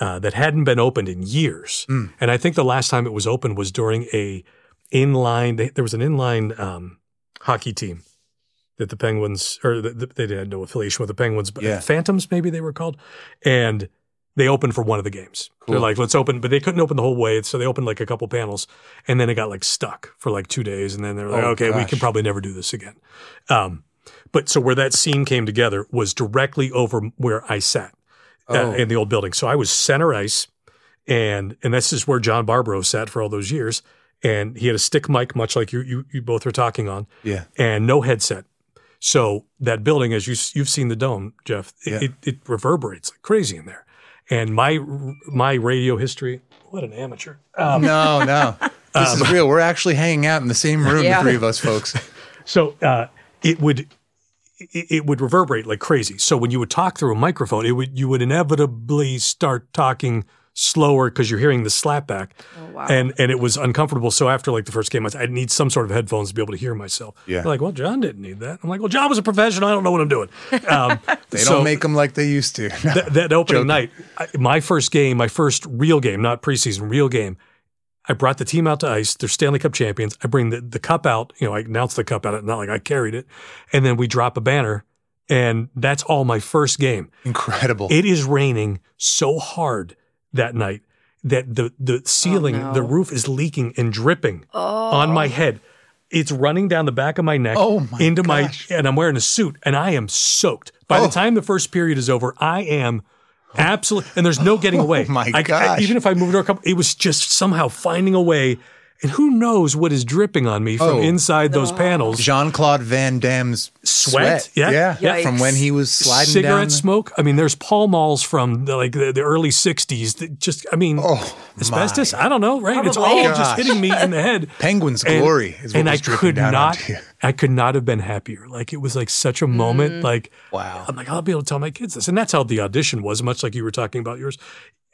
uh, that hadn't been opened in years, Mm. and I think the last time it was opened was during a inline. they- There was an inline um, hockey team that the Penguins or the, the, they had no affiliation with the Penguins, but Yeah. Phantoms maybe they were called, and they opened for one of the games. Cool. They're like, let's open, but they couldn't open the whole way, so they opened like a couple panels, and then it got like stuck for like two days, and then they were like, Oh, okay, we gosh. can probably never do this again. Um, but so where that scene came together was directly over where I sat uh, Oh. in the old building. So I was center ice, and and this is where John Barbaro sat for all those years, and he had a stick mic, much like you you, you both are talking on, yeah. and no headset. So that building, as you you've seen the dome, Jeff, it, Yeah. it, it reverberates like crazy in there. And my my radio history, what an amateur! (laughs) no, no. This Um, is real. We're actually hanging out in the same room, Yeah. the three of us (laughs) folks. So uh, it would it, it would reverberate like crazy. So when you would talk through a microphone, it would you would inevitably start talking slower because you're hearing the slapback, Oh, wow. and and it was uncomfortable. So after like the first game, I would need some sort of headphones to be able to hear myself. Yeah. They're like, well, John didn't need that. I'm like, well, John was a professional. I don't know what I'm doing. (laughs) Um, They don't 'em make them like they used (laughs) to. that, that opening night, I, my first game, my first real game, not preseason, real game. I brought the team out to ice. They're Stanley Cup champions. I bring the, the cup out. You know, I announced the cup out. Not like I carried it. And then we drop a banner, and that's all my first game. (laughs) Incredible. It is raining so hard that night that the the ceiling, no. the roof is leaking and dripping on my head. It's running down the back of my neck Oh my into gosh. my and I'm wearing a suit and I am soaked. By Oh. the time the first period is over, I am absolutely and there's no (laughs) getting away. Oh my I- I- gosh. even if I moved over a couple, it was just somehow finding a way. And who knows what is dripping on me from Oh. inside those panels? Jean Claude Van Damme's sweat. Sweat? Yeah. Yeah. Yeah. From when he was sliding cigarette down. the- smoke. I mean, there's Pall Malls from the, like the, the early '60s. That just, I mean, Oh, asbestos. I don't know, right? It's all Probably. just Gosh. hitting me in the head. Penguins And- (laughs) glory is what and was I dripping could down not. onto you. (laughs) I could not have been happier. Like it was like such a moment. Mm. Like Wow. I'm like I'll be able to tell my kids this, and that's how the audition was. Much like you were talking about yours,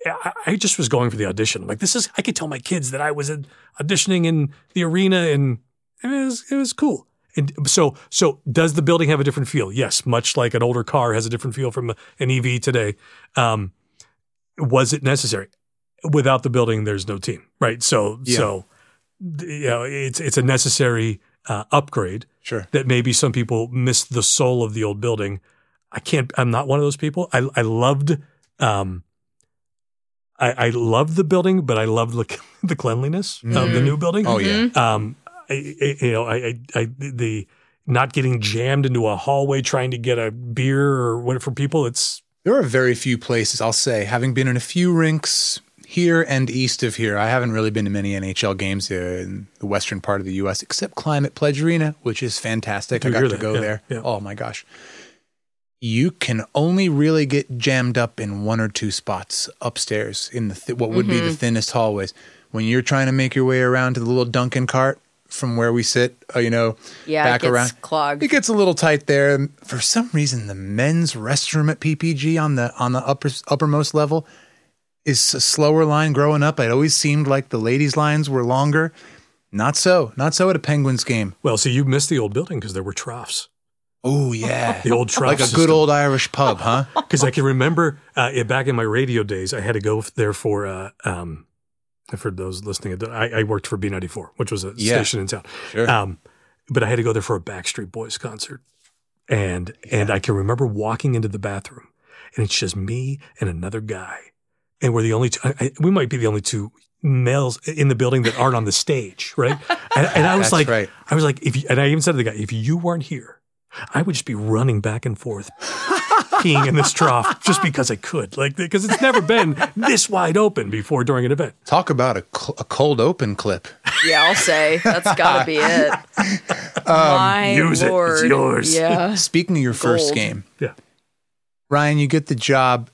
I, I just was going for the audition. I'm like this is I could tell my kids that I was in, auditioning in the arena, and it was it was cool. And so so does the building have a different feel? Yes, much like an older car has a different feel from an EV today. Um, was it necessary? Without the building, there's no team, right? So Yeah. so you know, it's it's a necessary uh, upgrade Sure. that maybe some people missed the soul of the old building. I can't. I'm not one of those people. I I loved. Um, I, I loved the building, but I loved the, (laughs) the cleanliness of the new building. Oh, Mm-hmm. yeah. Um, I, I, you know, I, I, I, the not getting jammed into a hallway trying to get a beer or what for people. It's There are very few places, I'll say, having been in a few rinks here and east of here, I haven't really been to many NHL games here in the western part of the US, except Climate Pledge Arena, which is fantastic. Do I hear got to that, go yeah, there. yeah. Oh my gosh. You can only really get jammed up in one or two spots upstairs in the th- what would be Mm-hmm. the thinnest hallways. When you're trying to make your way around to the little Duncan cart from where we sit, uh, you know, Yeah, it back gets around, clogged. it gets a little tight there. For some reason, the men's restroom at PPG on the on the upper uppermost level is a slower line. Growing up, it always seemed like the ladies' lines were longer. Not so. Not so at a Penguins game. well, see, you missed the old building because there were troughs, (laughs) Oh yeah, the old trough, like a good old Irish pub, huh? (laughs) Because I can remember uh, it- back in my radio days, I had to go there for. Uh, um, for those listening, I, I worked for B ninety four, which was a Yeah. station in town. Sure. Um, but I had to go there for a Backstreet Boys concert, and and I can remember walking into the bathroom, and it's just me and another guy, and we're the only two. I, I, we might be the only two males in the building that aren't on the stage, (laughs) right? And, and I was That's like, right. I was like, if you, and I even said to the guy, if you weren't here, I would just be running back and forth. peeing in this trough just because I could, like, because it's never been this wide open before during an event. Talk about a, cl- a cold open clip. Yeah, I'll say that's got to be (laughs) it. Um, My use it. It's lord. yours. (laughs) Yeah. Speaking of your first Gold. game, Yeah, Ryan, you get the job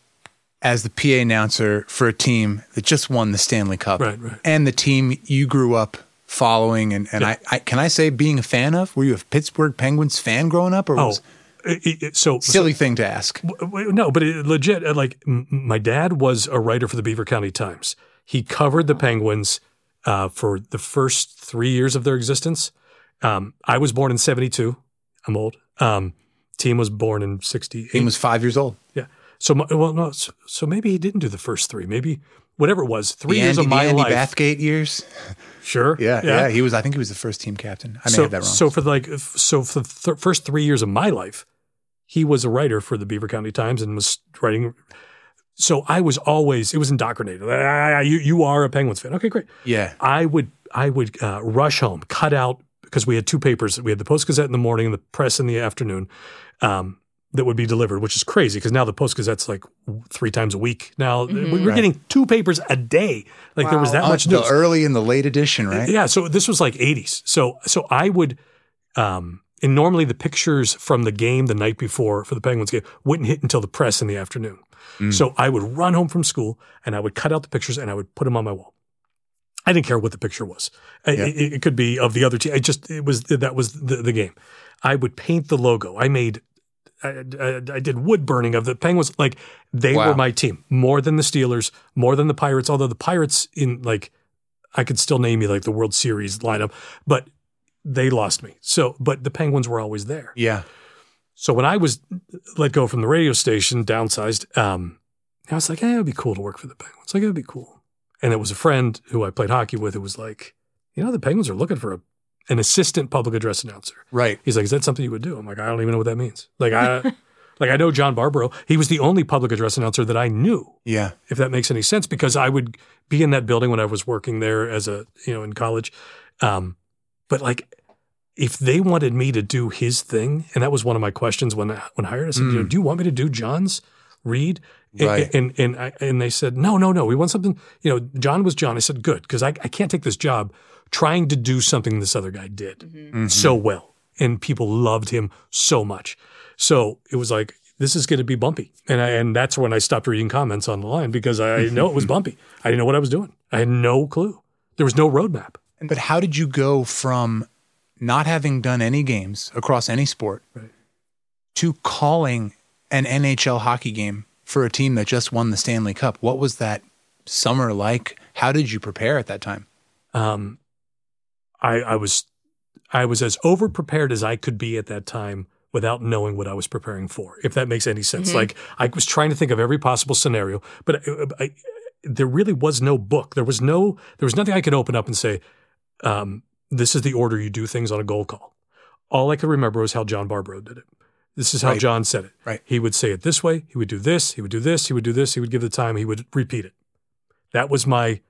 as the PA announcer for a team that just won the Stanley Cup. Right, right. And the team you grew up following and, and I, I can I say being a fan of? Were you a Pittsburgh Penguins fan growing up or Oh, was it- it- it- so silly thing to ask? W- w- No, but it, legit, uh, like m- m- my dad was a writer for the Beaver County Times. He covered the Penguins uh, for the first three years of their existence. Um, I was born in 72. I'm old. Um, team was born in 68. He was five years old. yeah. So, my, well, no, so, so maybe he didn't do the first three. Maybe whatever it was, three The years Andy, of my the Andy life. Bathgate years. Sure. Yeah, yeah, He was I think he was the first team captain. I may so, have that wrong. so for like, f- so for the th- first three years of my life, he was a writer for the Beaver County Times and was writing. So I was always it was indoctrinated. Ah, you you are a Penguins fan. Okay, great. yeah. I would I would uh, rush home, cut out because we had two papers. We had the Post Gazette in the morning and the Press in the afternoon. Um, that would be delivered, which is crazy because now the Post Gazette's like w- three times a week. Now we were getting two papers a day. Like there was that Oh, much the news. early and the late edition, right? Yeah, so this was like 80s. So so I would um and normally the pictures from the game the night before for the Penguins game wouldn't hit until the press in the afternoon. Mm. So I would run home from school and I would cut out the pictures and I would put them on my wall. I didn't care what the picture was. I- Yeah. It, it could be of the other team. I just it was that was the, the game. I would paint the logo. I made I, I, I did wood burning of the Penguins. Like they Wow. were my team more than the Steelers, more than the Pirates. Although the Pirates in like I could still name you like the World Series lineup, but they lost me. So, but the Penguins were always there. Yeah. So when I was let go from the radio station, downsized, um, I was like, eh, it'd be cool to work for the Penguins. Like, it'd be cool. And it was a friend who I played hockey with who was like, you know, the Penguins are looking for a, an assistant public address announcer. Right. He's like, "Is that something you would do?" I'm like, "I don't even know what that means." Like I, like I know John Barbaro. He was the only public address announcer that I knew. Yeah. If that makes any sense, because I would be in that building when I was working there as a you know in college, um, but like if they wanted me to do his thing, and that was one of my questions when when hired, I said, you know, "Do you want me to do John's?" Read And- Right. and and I, and they said no no no we want something you know John was John I said good because I, I can't take this job trying to do something this other guy did Mm-hmm. Mm-hmm. so well and people loved him so much so it was like this is going to be bumpy and I, and that's when i stopped reading comments on the line because i know it was bumpy i didn't know what i was doing i had no clue there was no roadmap But how did you go from not having done any games across any sport to calling an NHL hockey game for a team that just won the Stanley Cup? What was that summer like? How did you prepare at that time? um, I, I was I was as over prepared as I could be at that time without knowing what I was preparing for. If that makes any sense, like I was trying to think of every possible scenario, but uh, I, I, there really was no book. There was no there was nothing I could open up and say. Um, this is the order you do things on a goal call. All I could remember was how John Barbaro did it. This is how Right. John said it. Right. He would say it this way. He would do this. He would do this. He would do this. He would give the time. He would repeat it. That was my,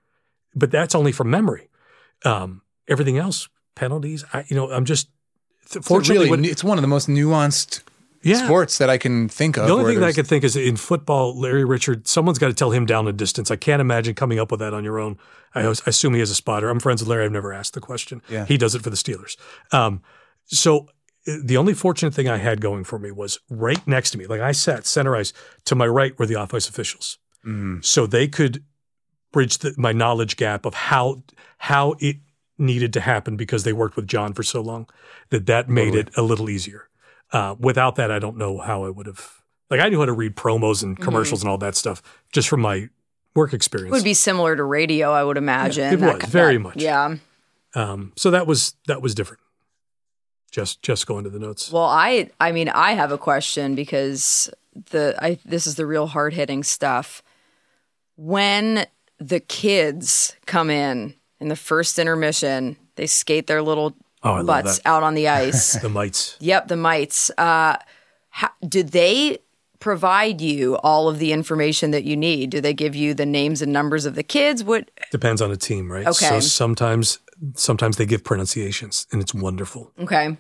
but that's only from memory. Um, everything else, penalties. I, you know, I'm just th- fortunately. Fortunately, when- it's one of the most nuanced yeah. sports that I can think of. The only where thing that I there's- could think is in football, Larry Richard, someone's got to tell him down the distance. I can't imagine coming up with that on your own. I, was- I assume he has a spotter. I'm friends with Larry. I've never asked the question. Yeah. He does it for the Steelers. Um, so uh, the only fortunate thing I had going for me was right next to me. Like I sat center ice to my right were the office officials. Mhm. So they could bridge the, my knowledge gap of how how it needed to happen because they worked with John for so long that that made it a little easier. Uh, without that, I don't know how I would have. Like I knew how to read promos and commercials and all that stuff just from my work It experience. Mm-hmm. would be similar to radio, I would imagine. it That was, ki- very that- much. Yeah. um, so that was that was different. Just just going to the notes. Well, I I mean, I have a question because the I this is the real hard hitting stuff. When the kids come in in the first intermission, they skate their little Oh, I love butts that. out on the (laughs) ice. the mites. Yep, the mites. Uh, how, did they provide you all of the information that you need? Do they give you the names and numbers of the kids? What? Depends on the team, right? So Okay. sometimes sometimes they give pronunciations and it's wonderful. Okay,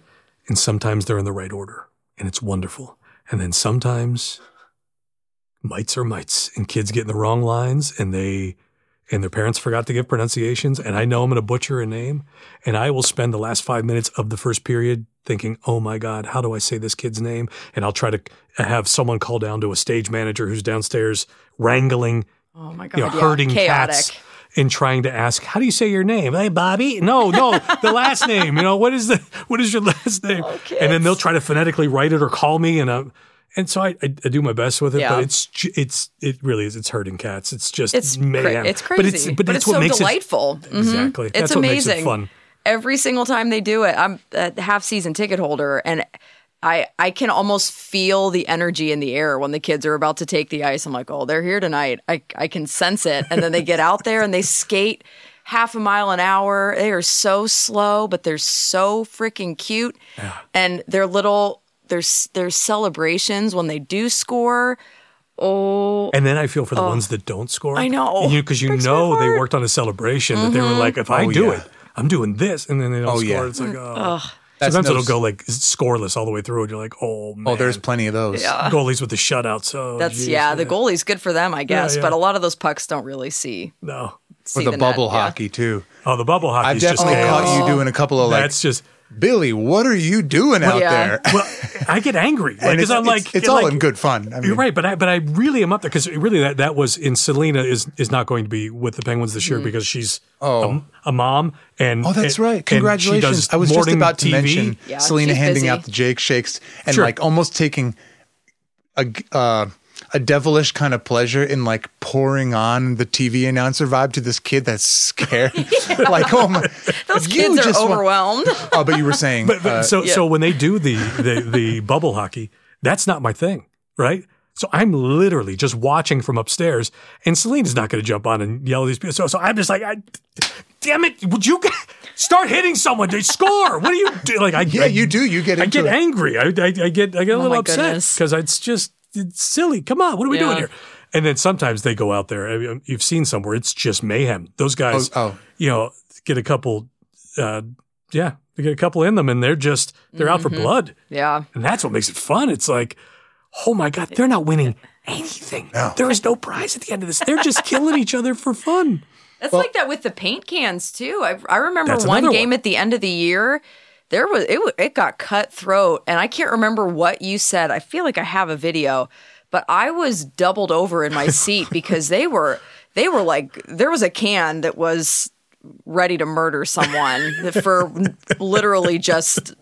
and sometimes they're in the right order and it's wonderful and then sometimes mites are mites and kids get in the wrong lines and they and their parents forgot to give pronunciations and i know i'm going to butcher a name and i will spend the last five minutes of the first period thinking oh my god how do i say this kid's name and i'll try to have someone call down to a stage manager who's downstairs wrangling Oh my god! you know, yeah, herding chaotic. cats and trying to ask, "How do you say your name?" Hey, Bobby. No, no, the last name. You know, what is the what is your last name? and then they'll try to phonetically write it or call me, and uh, and so I, I, I do my best with it, Yeah. but it's ju- it's it really is. It's hurting cats. It's just It's cra- mayhem. it's crazy, but it's but, that's it's what so makes delightful. Mm-hmm. it exactly. It's that's amazing. what makes it fun. Every single time they do it, I'm a half season ticket holder, and I I can almost feel the energy in the air when the kids are about to take the ice. I'm like, oh, they're here tonight. I I can sense it, and then they get out there and they skate half a mile an hour. They are so slow, but they're so freaking cute, and their little their their celebrations when they do score. Oh, And then I feel for the ones that don't score. I know. And you because you Breaks my know they heart. Mm-hmm. worked on a celebration that they were like, if I Oh, do yeah. it, I'm doing this, and then they don't Oh, score. yeah. It's like, Mm-hmm. oh. That's Sometimes no it'll s- go like scoreless all the way through, and you're like, oh man. Oh, there's plenty of those. goalies with the shutouts. Oh, That's geez, yeah, the goalie's good for them, I guess. yeah. But a lot of those pucks don't really see. No, see Or the net, bubble yeah. hockey too. oh, the bubble hockey I've is just definitely chaos. caught you doing a couple of like, That's just Billy, what are you doing out Yeah. there? well, I get angry (laughs) And because I'm like, it's, it's all like, in good fun. I mean, You're right, but I but I really am up there because really that that was in Selena is is not going to be with the Penguins this year Mm-hmm. because she's Oh. a, a mom and Oh, that's and- right. and Congratulations. she does I was just morning about to TV. mention Yeah, Selena she's handing busy. out the Jake Shakes and Sure. like almost taking a, g- uh, a devilish kind of pleasure in like pouring on the TV announcer vibe to this kid (laughs) that's scared. (laughs) like, oh my. Those you kids just are want- overwhelmed. (laughs) oh, but you were (laughs) saying. But, but uh, so yeah. so when they do the the the bubble hockey, that's not my thing, right? So I'm literally just watching from upstairs, and Celine's not going to jump on and yell at these people. So, so I'm just like, I, damn it! Would you g- start hitting someone? They score. What do you do? Like I yeah, I, you do. You get I into get it. angry. I, I, I get I get a little Oh my upset goodness. because it's just it's silly. Come on, what are we doing Yeah. here? And then sometimes they go out there. I mean, you've seen somewhere it's just mayhem. Those guys, Oh, oh. you know, get a couple. Uh, yeah, they get a couple in them, and they're just they're out for Mm-hmm. blood, yeah, and that's what makes it fun. It's like, oh my god, they're not winning anything. No. There is no prize at the end of this. They're just killing each other for fun. that's like that with the paint cans too. I I remember That's one another game one. at the end of the year. There was it. wa- It got cutthroat, and I can't remember what you said. I feel like I have a video, but I was doubled over in my (laughs) seat because they were they were like there was a can that was ready to (laughs) murder someone for literally just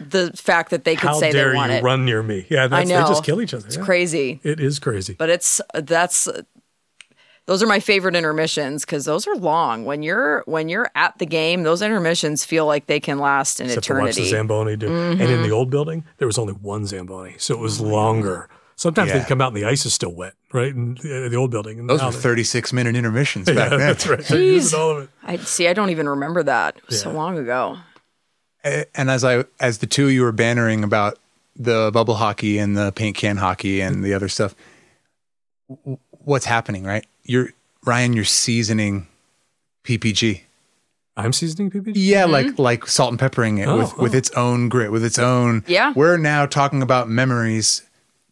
the fact that they could How say dare they you want it. run near me? Yeah, I that's, know they just kill each other. It's yeah. crazy. It is crazy. but it's that's those are my favorite intermissions because those are long. When you're when you're at the game, those intermissions feel like they can last an Except to watch the eternity. Mm-hmm. Oh, Zamboni do. And in the old building, there was only one Zamboni, so it was longer. Sometimes Yeah. they'd come out and the ice is still wet, right? And the, the old building. And Those now were they- (laughs) 36 minute intermissions back Yeah, then. that's right. They're using Jeez. all of it. I see. I don't even remember that. It was so Yeah. long ago. A- And as I as the two of you were bantering about the bubble hockey and the paint can hockey and the other stuff, w- what's happening, right? You're Ryan, you're seasoning PPG. I'm seasoning PPG. Yeah, like like salt and peppering it Mm-hmm. Oh, with with oh. its own grit, with its own. Yeah. We're now talking about memories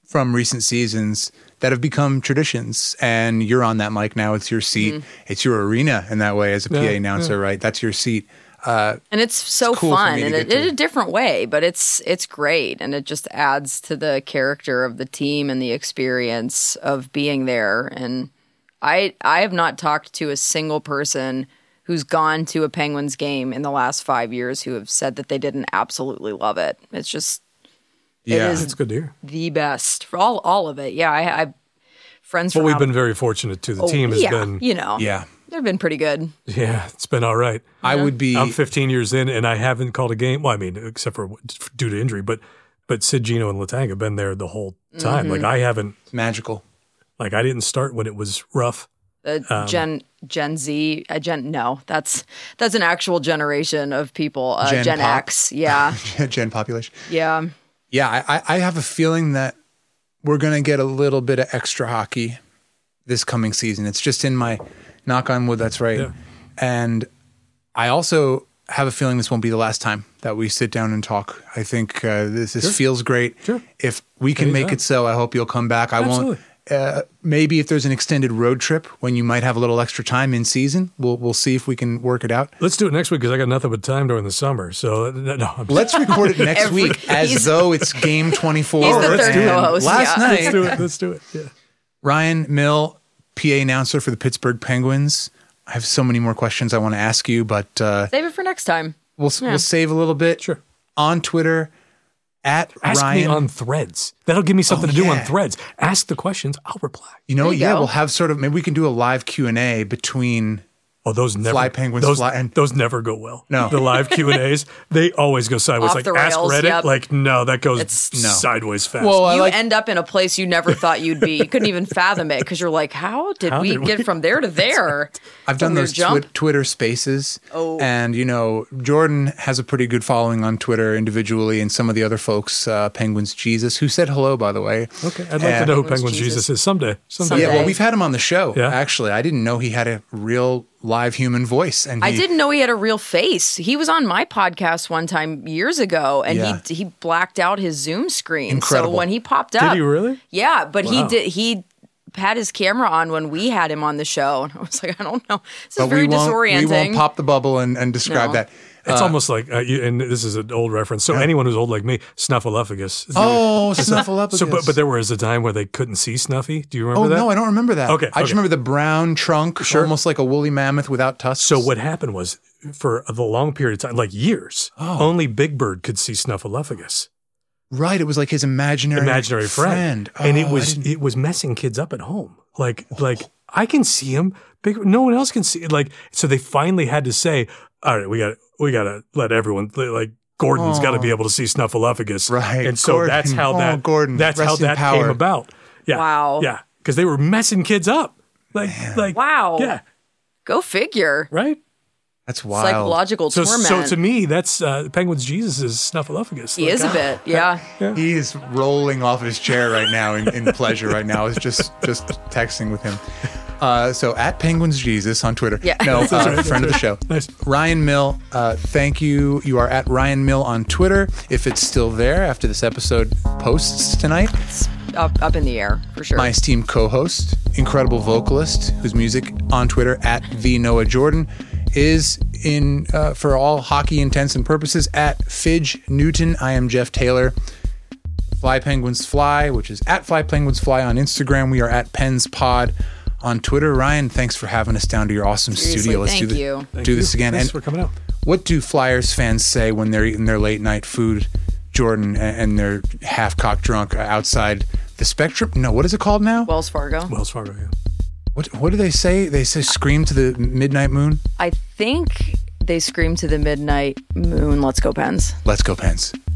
from recent seasons that have become traditions, and you're on that mic now. It's your seat. It's your arena in that way as a PA Mm-hmm. Yeah, announcer, right? That's your seat. and it's so cool for fun me to and get it, to. in a different way but it's it's great and it just adds to the character of the team and the experience of being there and i i have not talked to a single person who's gone to a penguins game in the last five years who have said that they didn't absolutely love it it's just Yeah. it is That's good to hear. the best for all all of it yeah i i friends But from we've out- been very fortunate too. The team has Oh, yeah, been, you know Yeah. they've been pretty good yeah, it's been all right. I would be. I'm 15 years in, and I haven't called a game. Well, I mean, except for due to injury, but but Sid, Gino, and Latang have been there the whole time. Like Mm-hmm. I haven't. it's magical. Like I didn't start when it was rough. uh, Um, Gen Gen Z, uh, Gen no, that's that's an actual generation of people. Uh, Gen Gen, Pop. X, (laughs) yeah, (laughs) Gen population. yeah, Yeah, I, I- I have a feeling that we're going to get a little bit of extra hockey this coming season. It's just in my knock on wood. That's right. Yeah. And I also have a feeling this won't be the last time that we sit down and talk. I think uh, this, this feels great. Sure. If we can make Anytime. it so, I hope you'll come back. I won't. Absolutely. Uh, maybe if there's an extended road trip when you might have a little extra time in season, we'll we'll see if we can work it out. Let's do it next week because I got nothing but time during the summer. So uh, no, I'm just, Let's record it next (laughs) Every- week as he's- though it's game 24. He's the and third co-host, Last yeah. (laughs) let's night, do (laughs) it. Let's do it. Yeah. Ryan Mill, PA announcer for the Pittsburgh Penguins. I have so many more questions I want to ask you, but uh, save it for next time. we'll we'll save a little bit. Sure. On Twitter, at Ask Ryan. Oh, me on Threads. That'll give me something to do yeah. on Threads. Ask the questions. I'll reply. you know, There you yeah, go. we'll have sort of maybe we can do a live Q and A between. Oh, those never Fly penguins Those, fly and- those never go well. No. the (laughs) live Q and A's they always go sideways. Off like the ask rails, Reddit. yep. Like no, that goes It's- No. sideways fast. you end up in a place you never thought you'd be. You couldn't even fathom it because you're like, how did How we did we- get from (laughs) there to there? I've done From your those twi- Twitter spaces. Oh. And, you know, Jordan has a pretty good following on Twitter individually, and some of the other folks, uh, Penguins Jesus, who said hello, by the way. okay, I'd like Yeah. to know who Penguins Penguin Jesus. Jesus. is someday. Someday. Yeah, well, Someday. we've had him on the show, Yeah. actually. I didn't know he had a real live human voice. And I he- didn't know he had a real face. He was on my podcast one time years ago, and Yeah. he he blacked out his Zoom screen. Incredible. So when he popped Did up, he really? Yeah, but he Wow. did he had his camera on when we had him on the show, (laughs) and I was like, I don't know, this but is very we won't, disorienting. We won't pop the bubble and, and describe No. that. It's almost like, uh, you, and this is an old reference. So anyone who's old like me, Snuffleupagus. Oh, Snuffleupagus. so but, but there was a time where they couldn't see Snuffy. Do you remember oh that? no, I don't remember that. Okay, I just okay. remember the brown trunk, almost like a woolly mammoth without tusks. So what happened was, for the long period of time, like years, Oh. only Big Bird could see Snuffleupagus, Right, it was like his imaginary imaginary friend, and Oh, it I was didn't- Oh. it was messing kids up at home. Like like I can see him, Big. No one else can see. it. Like so, they finally had to say, "All right, we got we got to let everyone like." Gordon's got to be able to see Snuffleupagus, Oh. Right, And so Gordon. that's how Oh, that Gordon, that's how rest in that power. came about. Yeah, Wow. yeah, because they were messing kids up, like like Wow. yeah, Go figure. right. that's It's like wild. logical So, torment. so to me, that's uh, Penguin's Jesus is Snuffleupagus. he Like, ah, is a bit, yeah. he is rolling off his chair right now in, in pleasure. Right now, is just just texting with him. Uh, so at Penguins Jesus on Twitter. Yeah. no, uh, friend of the show. Nice. Ryan Mill, uh, thank you. You are at Ryan Mill on Twitter. If it's still there after this episode posts tonight, It's up up in the air for sure. my esteemed co-host, incredible vocalist, whose music on Twitter at the Noah Jordan is in uh, for all hockey intents and purposes at Fidge Newton. I am Jeff Taylor. Fly Penguins Fly, which is at Fly Penguins Fly on Instagram. We are at Pens Pod on Twitter. Ryan, thanks for having us down to your awesome Seriously, studio. Let's do, thank the- you. do this again. Thanks And- for coming out. what do Flyers fans say when they're eating their late night food, Jordan, a- and they're half cock drunk outside the Spectrum? No, what is it called now? Wells Fargo. Wells Fargo. Yeah. What what do they say? They say scream to the midnight moon. I think they scream to the midnight moon. Let's go, Pens. Let's go, Pens.